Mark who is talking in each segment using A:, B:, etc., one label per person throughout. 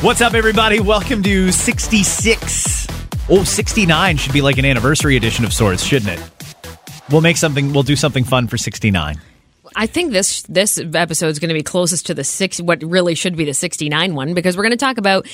A: What's up, everybody? Welcome to 66. Oh, 69 should be like an anniversary edition of sorts, shouldn't it? We'll make something, we'll do something fun for 69.
B: I think this this episode is going to be closest to the six what really should be the 69 one because we're going to talk about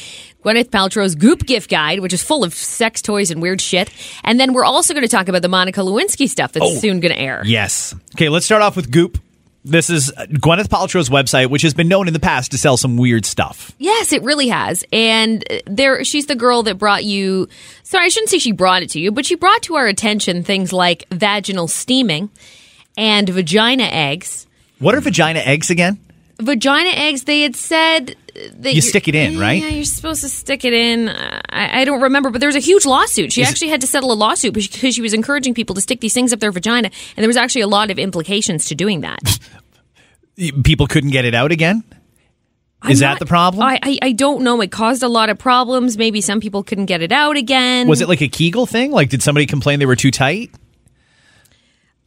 B: Gwyneth Paltrow's Goop gift guide which is full of sex toys and weird shit and then we're also going to talk about the Monica Lewinsky stuff that's soon going to air.
A: Yes. Okay, let's start off with Goop. This is uh, Gwyneth Paltrow's website, which has been known in the past to sell some weird stuff.
B: Yes, it really has. And uh, there she's the girl that brought you sorry, I shouldn't say she brought it to you, but she brought to our attention things like vaginal steaming and vagina eggs.
A: What are vagina eggs again?
B: vagina eggs they had said that
A: You stick it in, right?
B: yeah you're supposed to stick it in I, I don't remember but there was a huge lawsuit she actually had to settle a lawsuit because she was encouraging people to stick these things up their vagina and there was actually a lot of implications to doing that
A: People couldn't get it out again? Is that
B: not-
A: the problem?
B: I, I, I don't know it caused a lot of problems maybe some people couldn't get it out again
A: was it like a Kegel thing? Like, did somebody complain they were too tight?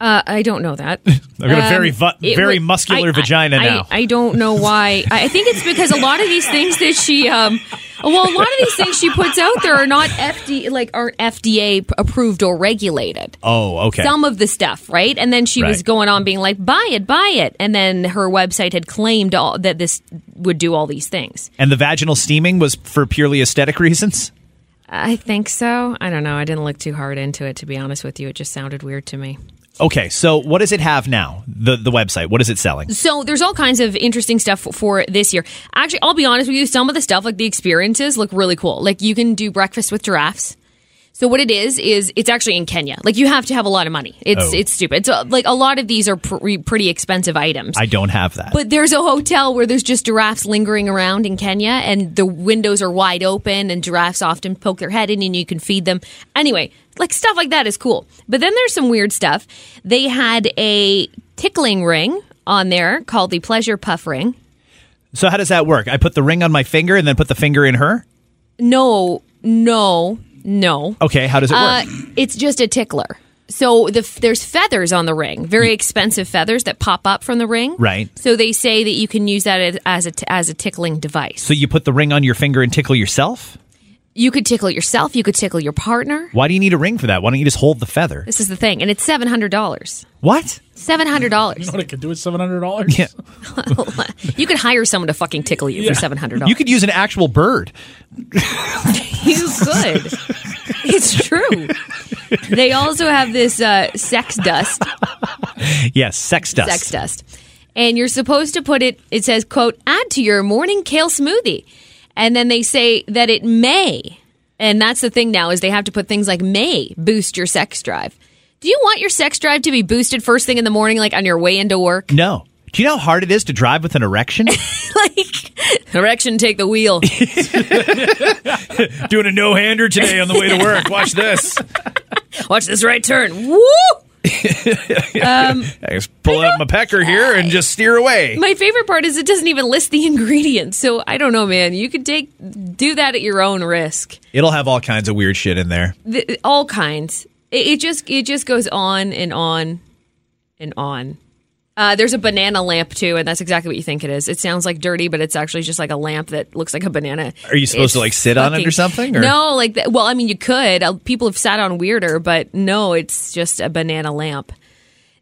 B: uh, i don't know that
A: I've got a very,
B: Um,
A: vu-
B: it
A: very
B: wa-
A: muscular
B: I- I-
A: vagina
B: I,
A: now.
B: I, don't know why. I, I think it's because a lot of these things that she, um, well, a lot of these things she puts out there are not FDA, like aren't FDA approved or regulated.
A: oh, okay.
B: Some of the stuff, right? And then she was
A: Right.
B: going on being like, "Buy it, buy it," and then her website had claimed all, that this would do all these things.
A: and the vaginal steaming was for purely aesthetic reasons?
B: I think so. I don't know. I didn't look too hard into it, to be honest with you. It just sounded weird to me.
A: Okay, so what does it have now? The the website. What is it selling?
B: So there's all kinds of interesting stuff for this year. Actually, I'll be honest with you. Some of the stuff, like the experiences, look really cool. Like you can do breakfast with giraffes. So what it is is it's actually in Kenya. Like you have to have a lot of money. It's
A: Oh.
B: it's stupid. So like a lot of these are pre- pretty expensive items.
A: I don't have that.
B: But there's a hotel where there's just giraffes lingering around in Kenya, and the windows are wide open, and giraffes often poke their head in, and you can feed them. Anyway, like stuff like that is cool. But then there's some weird stuff. They had a tickling ring on there called the pleasure puff ring.
A: so how does that work? I put the ring on my finger and then put the finger in her?
B: No, no, no.
A: Okay, how does it
B: Uh,
A: work?
B: it's just a tickler. So the, f- there's feathers on the ring, very expensive feathers that pop up from the ring.
A: Right.
B: So they say that you can use that as- as a, t- as a tickling device.
A: So you put the ring on your finger and tickle yourself?
B: You could tickle yourself. You could tickle your partner.
A: Why do you need a ring for that? Why don't you just hold the feather?
B: This is the thing, and it's seven hundred dollars.
A: What?
B: Seven hundred dollars.
C: What it could do with seven hundred dollars?
A: Yeah.
B: You could hire someone to fucking tickle you for seven hundred dollars.
A: You could use an actual bird.
B: You could. it's true. They also have this uh, sex dust.
A: Yes, sex dust.
B: Sex dust, and you're supposed to put it. It says, "quote Add to your morning kale smoothie," and then they say that it may. And that's the thing now is they have to put things like may boost your sex drive. Do you want your sex drive to be boosted first thing in the morning, like on your way into work?
A: No. Do you know how hard it is to drive with an erection?
B: like erection take the wheel
A: Doing a no hander today on the way to work. Watch this.
B: watch this right turn woo
A: I just pull out my pecker here and just steer away.
B: my favorite part is it doesn't even list the ingredients so i don't know man you could take do that at your own risk
A: It'll have all kinds of weird shit in there.
B: Th- all kinds it, it just it just goes on and on and on uh, there's a banana lamp too, and that's exactly what you think it is. It sounds like dirty, but it's actually just like a lamp that looks like a banana.
A: Are you supposed
B: It's
A: to, like, sit on it or something, or-
B: No, like that, well, I mean, you could. Uh, People have sat on weirder, but no, it's just a banana lamp.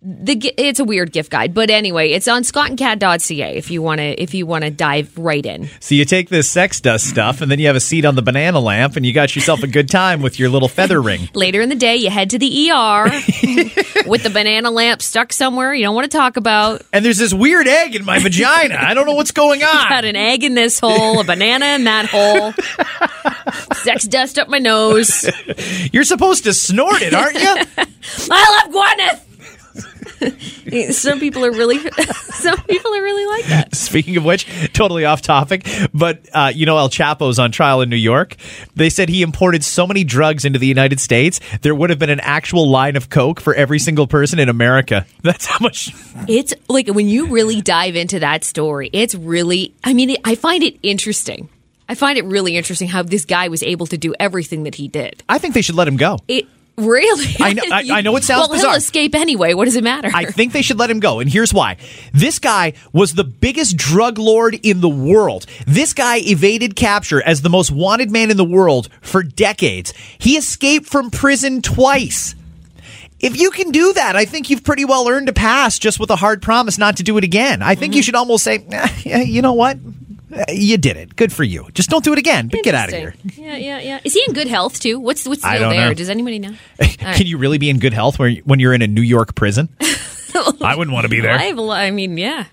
B: The gi- it's a weird gift guide, but anyway, it's on scottandcat.ca if you want to if you want to dive right in.
A: So you take this sex dust stuff, and then you have a seat on the banana lamp, and you got yourself a good time with your little feather ring.
B: Later in the day, you head to the ER with the banana lamp stuck somewhere you don't want to talk about.
A: And there's this weird egg in my vagina. I don't know what's going
B: Got
A: on.
B: an egg in this hole, a banana in that hole. Sex dust up my nose.
A: You're supposed to snort it, aren't you?
B: I love Gwyneth. some people are really, some people are really like that.
A: Speaking of which, totally off topic, but uh, you know El Chapo's on trial in New York. They said he imported so many drugs into the United States, there would have been an actual line of coke for every single person in America. That's how much.
B: It's like when you really dive into that story, it's really, I mean, I find it interesting. I find it really interesting how this guy was able to do everything that he did.
A: I think they should let him go.
B: It, Really?
A: I know- I- I know it sounds
B: well,
A: bizarre.
B: he'll escape anyway. What does it matter?
A: I think they should let him go. And here's why. This guy was the biggest drug lord in the world. This guy evaded capture as the most wanted man in the world for decades. He escaped from prison twice. If you can do that, I think you've pretty well earned a pass just with a hard promise not to do it again. I think you should almost say, "Eh, yeah, you know what? Eh, You did it. Good for you. Just don't do it again, but get out of here.
B: Interesting. Yeah, yeah, yeah. Is he in good health too? What's what's the
A: I
B: deal
A: don't
B: there?
A: know.
B: Does anybody know?
A: Can you really be in good health when when you're in a New York prison? I wouldn't want to be there.
B: I, bel- I mean, yeah.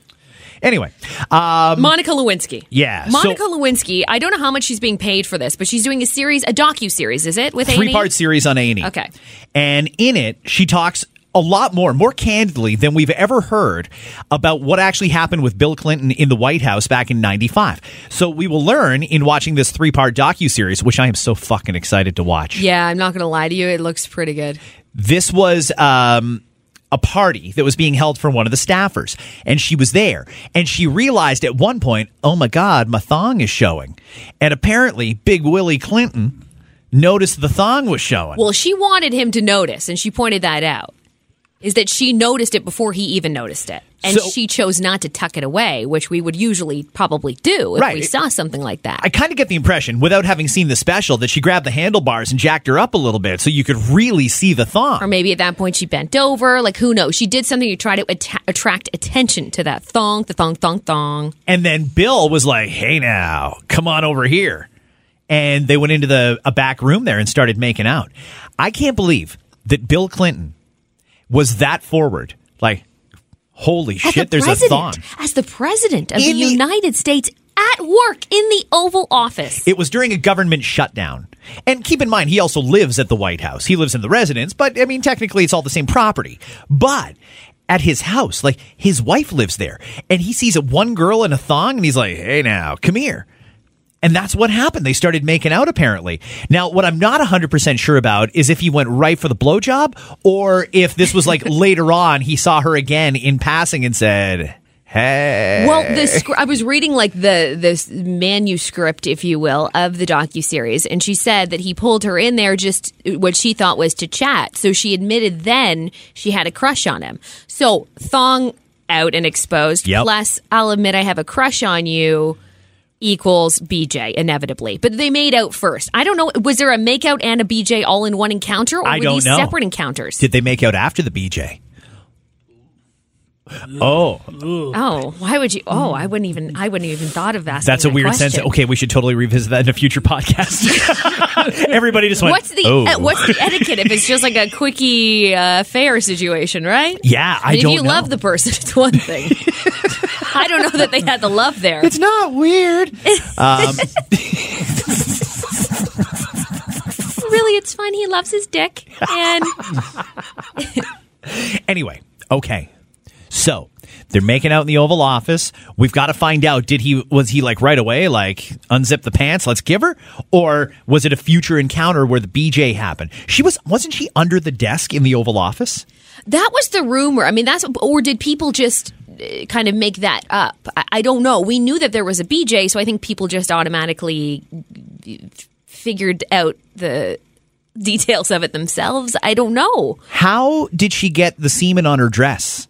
A: Anyway,
B: Monica Lewinsky.
A: yeah. so-
B: Monica Lewinsky. I don't know how much she's being paid for this, but she's doing a series, a docu series, is it? With
A: three
B: A&E?
A: part series on A&E.
B: Okay.
A: And in it, she talks a lot more, more candidly than we've ever heard about what actually happened with Bill Clinton in the White House back in 95. So we will learn in watching this three part docuseries, which I am so fucking excited to watch.
B: Yeah, I'm not going to lie to you. It looks pretty good.
A: This was um, a party that was being held for one of the staffers, and she was there. And she realized at one point, oh my God, my thong is showing. And apparently, Big Willie Clinton noticed the thong was showing.
B: Well, she wanted him to notice, and she pointed that out. Is that she noticed it before he even noticed it, and
A: So-
B: she chose not to tuck it away, which we would usually probably do if
A: Right.
B: we saw something like that.
A: I kind of get the impression, without having seen the special, that she grabbed the handlebars and jacked her up a little bit so you could really see the
B: or
A: thong.
B: maybe at that point she bent over. Like who knows? She did something to try to atta- attract attention to that thong, the thong, thong, thong.
A: And then Bill was like, hey now, come on over here. And they went into the a back room there and started making out. I can't believe that Bill Clinton was that forward. Like, holy
B: As
A: shit,
B: the
A: there's a thong.
B: president- As the president of
A: In
B: the
A: the-
B: United States at work in the Oval Office.
A: It was during a government shutdown. And keep in mind, he also lives at the White House. He lives in the residence, but I mean, technically, it's all the same property. But at his house, like his wife lives there, and he sees a one girl in a thong, and he's like, hey, now, come here. And that's what happened. They started making out, apparently. Now, what I'm not 100% sure about is if he went right for the blowjob or if this was like later on, he saw her again in passing and said, hey.
B: Well, the scr- I was reading like the this manuscript, if you will, of the docu series, and she said that he pulled her in there just what she thought was to chat. So she admitted then she had a crush on him. So thong out and exposed.
A: Yep.
B: Plus, I'll admit I have a crush on you. Equals BJ inevitably, but they made out first. I don't know. Was there a makeout and a BJ all in one encounter, or
A: I
B: were
A: don't
B: these
A: know.
B: separate encounters?
A: Did they make out after the BJ? Oh,
B: oh, why would you? Oh, I wouldn't even. I wouldn't even thought of that.
A: That's a weird sense.
B: question.
A: Okay, we should totally revisit that in a future podcast. Everybody just went.
B: What's the
A: "Oh."
B: uh, what's the etiquette if it's just like a quickie uh, affair situation, right?
A: Yeah, I
B: But if
A: don't
B: you
A: know.
B: love the person, it's one thing. I don't know that they had the love there.
A: It's not weird.
B: really, it's fun. He loves his dick, and
A: anyway, okay. So they're making out in the Oval Office. We've got to find out. Did he was he like right away? Like unzip the pants, let's give her, or was it a future encounter where the BJ happened? She was wasn't she under the desk in the Oval Office?
B: that was the rumor. I mean, that's or did people just uh, kind of make that up? I, I don't know. We knew that there was a BJ, so I think people just automatically mm, figured out the details of it themselves. I don't know.
A: How did she get the semen on her dress?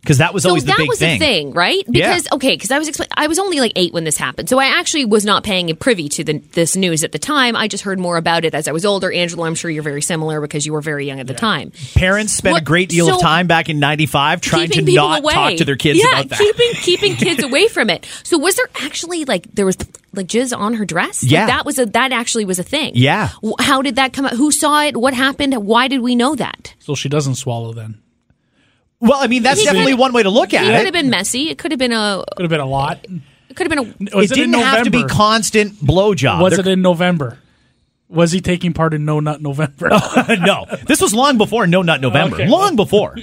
A: Because that was
B: so
A: always the
B: that
A: big
B: was
A: thing.
B: the thing, right?
A: Yeah.
B: Because okay, because I was expl- I was only like eight when this happened, so I actually was not paying privy to the, this news at the time. I just heard more about it as I was older. Angela, I'm sure you're very similar because you were very young at the time.
A: Parents spent
B: What-
A: a great deal of
B: so-
A: time back in 95 trying to
B: keeping people
A: not
B: away.
A: talk to their kids
B: yeah,
A: about that.
B: keeping keeping kids away from it. So was there actually like there was like jizz on her dress? Like,
A: Yeah.
B: that was a that actually was a thing.
A: Yeah.
B: W- how did that come out? Who saw it? What happened? Why did we know that?
C: So she doesn't swallow then.
A: well, I mean, that's
B: He
A: definitely
B: could've-
A: one way to look
B: It could
A: at
B: have
A: it.
B: been messy. It could have been a.
C: Could have been a lot.
B: It could have been a.
C: Was
A: it didn't
C: in November?
A: have to be constant blowjob.
C: was
A: There-
C: it in November? Was he taking part in No Nut November?
A: no, this was long before No Nut November.
C: Okay.
A: Long before.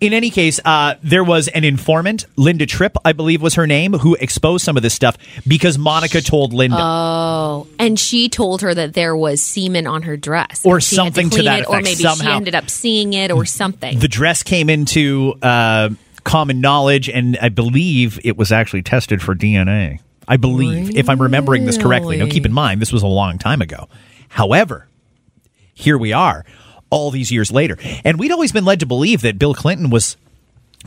A: In any case, uh, there was an informant, Linda Tripp, I believe was her name, who exposed some of this stuff because Monica told Linda.
B: and she told her that there was semen on her dress
A: Or
B: And she had
A: something to
B: clean
A: that
B: it, or
A: effect,
B: maybe she
A: somehow. Mm.
B: ended up seeing it or something
A: the dress came into uh, common knowledge, and I believe it was actually tested for DNA. I believe, if I'm remembering this correctly. Now, keep in mind, this was a long time ago. However, here we are. all these years later. And we'd always been led to believe that Bill Clinton was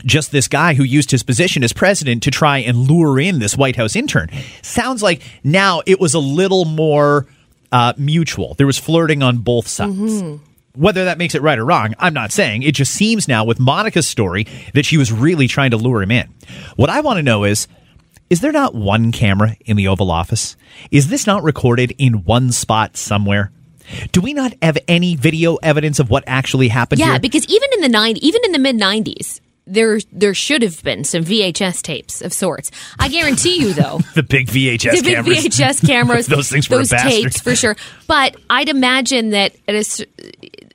A: just this guy who used his position as president to try and lure in this White House intern. Sounds like now it was a little more uh, mutual. There was flirting on both sides.
B: Mm-hmm.
A: Whether that makes it right or wrong, I'm not saying. It just seems now with Monica's story that she was really trying to lure him in. What I want to know is is there not one camera in the Oval Office? Is this not recorded in one spot somewhere? Do we not have any video evidence of what actually happened
B: Yeah,
A: here?
B: because even in the nine, even in the mid '90s, there there should have been some VHS tapes of sorts. I guarantee you, though,
A: the big VHS
B: the big
A: cameras.
B: VHS cameras,
A: Those things were a
B: those
A: bastard.
B: tapes for sure. But I'd imagine that it is,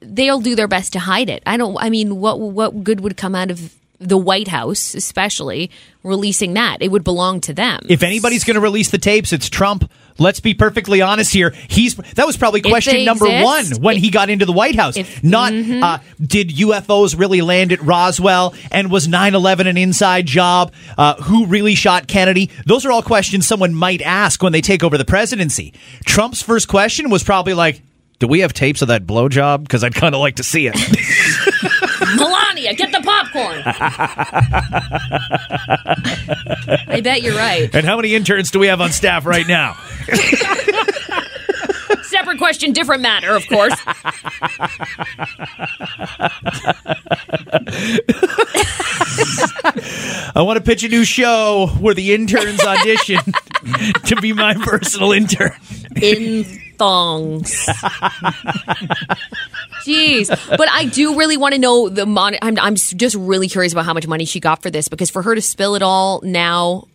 B: they'll do their best to hide it. I don't. I mean, what what good would come out of the White House, especially releasing that? It would belong to them.
A: if anybody's going to release the tapes, it's Trump. Let's be perfectly honest here. He's that was probably question
B: they
A: number
B: exist,
A: one when he got into the White House.
B: if- mm-hmm.
A: Not uh, did UFOs really land at Roswell and was 9-11 an inside job? Uh, who really shot Kennedy? Those are all questions someone might ask when they take over the presidency. Trump's first question was probably like, "Do we have tapes of that blowjob? Because I'd kind of like to see it."
B: Melania, get the popcorn. I bet you're right.
A: and how many interns do we have on staff right now?
B: Separate question, different matter, of course.
A: I want to pitch a new show where the interns audition to be my personal intern.
B: in thongs. Jeez, but I do really want to know the money. I'm, I'm just really curious about how much money she got for this because for her to spill it all now,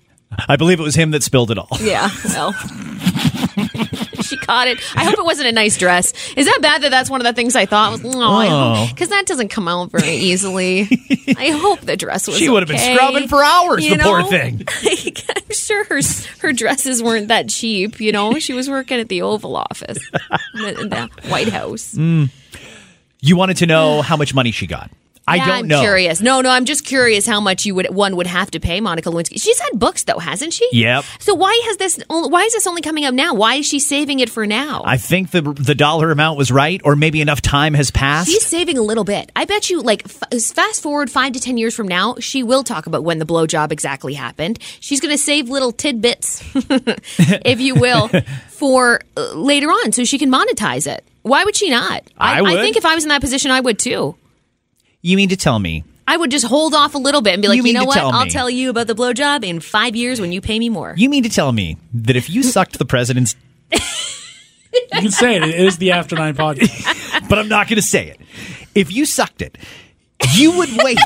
A: I believe it was him that spilled it all.
B: yeah, well, she caught it. I hope it wasn't a nice dress. Is that bad that that's one of the things I thought?
A: Oh.
B: Oh, because that doesn't come out very easily. I hope the dress was.
A: She would have been
B: okay.
A: scrubbing for hours,
B: You
A: the poor
B: know?
A: thing.
B: Like, I'm sure her her dresses weren't that cheap. You know, she was working at the Oval Office, in the, in the White House.
A: You wanted to know how much money she got. I
B: Yeah,
A: don't
B: I'm
A: know.
B: curious. No, no, I'm just curious how much you would one would have to pay Monica Lewinsky. She's had books though, hasn't she?
A: Yep.
B: So why has this? only- Why is this only coming up now? Why is she saving it for now?
A: I think the the dollar amount was right, or maybe enough time has passed.
B: She's saving a little bit. I bet you, like, f- fast forward five to ten years from now, she will talk about when the blowjob exactly happened. She's going to save little tidbits, if you will, for uh, later on so she can monetize it. Why would she not?
A: I would.
B: I think if I was in that position, I would too.
A: you mean to tell me
B: I would just hold off a little bit and be like,
A: You mean
B: you, know
A: to
B: what?
A: tell
B: I'll
A: me."
B: tell you about the blowjob in five years when you pay me more.
A: you mean to tell me that if you sucked the president's
C: You can say it. It is the After Nine podcast.
A: but I'm not gonna say it. If you sucked it, you would wait.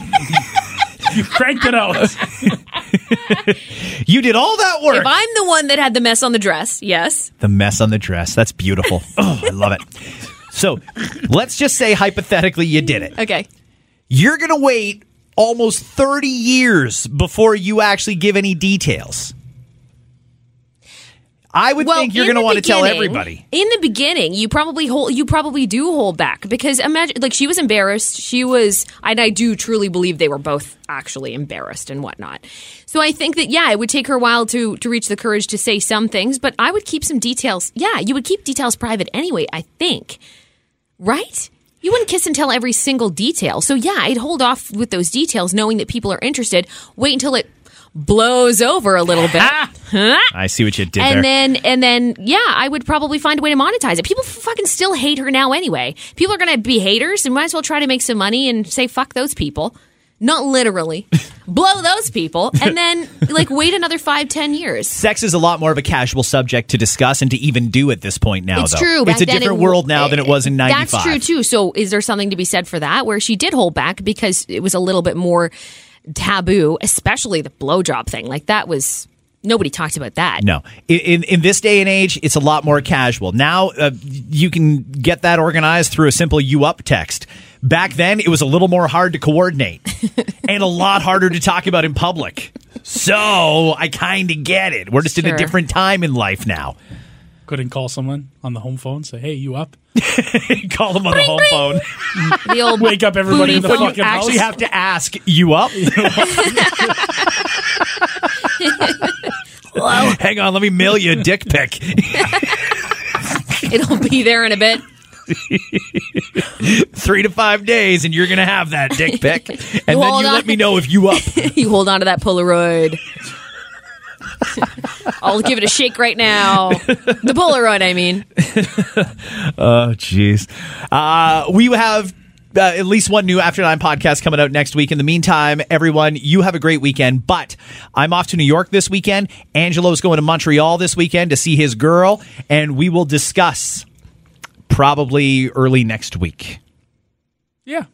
C: You cranked it out.
A: you did all that work.
B: if I'm the one that had the mess on the dress, yes.
A: The mess on the dress. That's beautiful. Oh, I love it. So let's just say hypothetically you did it.
B: Okay.
A: You're going to wait almost 30 years before you actually give any details. I would think you're going
B: in
A: to
B: the
A: want to tell
B: beginning-
A: everybody.
B: In the beginning, you probably hold, you probably do hold back because imagine, like she was embarrassed. She was, and I do truly believe they were both actually embarrassed and whatnot. So I think that yeah, it would take her a while to to reach the courage to say some things, but I would keep some details. Yeah, you would keep details private anyway. I think, right? You wouldn't kiss and tell every single detail. So yeah, I'd hold off with those details, knowing that people are interested. Wait until it blows over a little bit.
A: I see what you did
B: And then, and then, yeah, I would probably find a way to monetize it. People f- fucking still hate her now anyway. People are going to be haters and might as well try to make some money and say, fuck those people. Not literally. Blow those people. And then, like, wait another five, ten years.
A: Sex is a lot more of a casual subject to discuss and to even do at this point now,
B: It's
A: though.
B: true.
A: It's
B: Back
A: a
B: then it
A: different
B: w-
A: world now than it was in 95.
B: That's true, too. So, is there something to be said for that where she did hold back because it was a little bit more taboo, especially the blowjob thing? Like, that was. Nobody talked about that.
A: No, in, in in this day and age, it's a lot more casual. Now uh, you can get that organized through a simple "you up" text. Back then, it was a little more hard to coordinate and a lot harder to talk about in public. So I kind of get it. We're just in a
B: Sure.
A: different time in life now.
C: Couldn't call someone on the home phone. Say, hey, you up?
A: Call them on the home phone.
B: The old
C: Wake up everybody in the
B: Booty phone
C: fucking house.
A: Actually, have to ask you up.
B: hello.
A: Hang on, let me mail you a dick pic.
B: It'll be there in a bit.
A: Three to five days, and you're going to have that dick pic. And then
B: hold
A: you
B: on.
A: let me know if you up.
B: you hold on to that Polaroid. I'll give it a shake right now. The Polaroid, I mean.
A: Oh, jeez. Uh, we have. Uh, at least one new After Nine podcast coming out next week. In the meantime, everyone, you have a great weekend. But I'm off to New York this weekend. Angelo's going to Montreal this weekend to see his girl, and we will discuss probably early next week.
C: Yeah.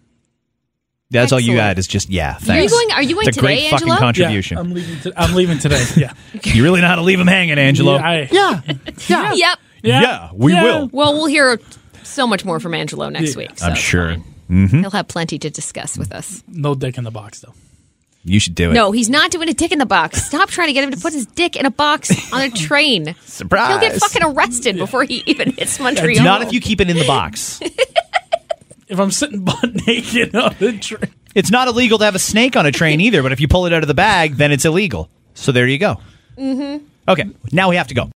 A: That's all you
B: Excellent.
A: had is just yeah. Thanks.
B: Are you going? Are you going
A: It's a
B: today,
A: great fucking
B: Angelo?
A: contribution.
C: Yeah, I'm leaving. To, I'm leaving today. Yeah.
A: you really know how to leave them hanging, Angelo.
C: Yeah, I-
B: yeah. Yep.
C: Yeah.
A: Yeah, we will.
B: Well, we'll hear so much more from Angelo next
C: Yeah.
B: week. So
A: I'm sure
B: he'll have plenty to discuss with us.
C: No dick in the box though.
A: you should do it.
B: No, he's not doing a dick in the box. Stop trying to get him to put his dick in a box on a train.
A: Surprise. Uh,
B: He'll get fucking arrested before he even hits Montreal.
A: Not if you keep it in the box.
C: If I'm sitting butt naked on the train.
A: It's not illegal to have a snake on a train either, but if you pull it out of the bag, then it's illegal. So there you go. Mm-hmm. Okay, now we have to go.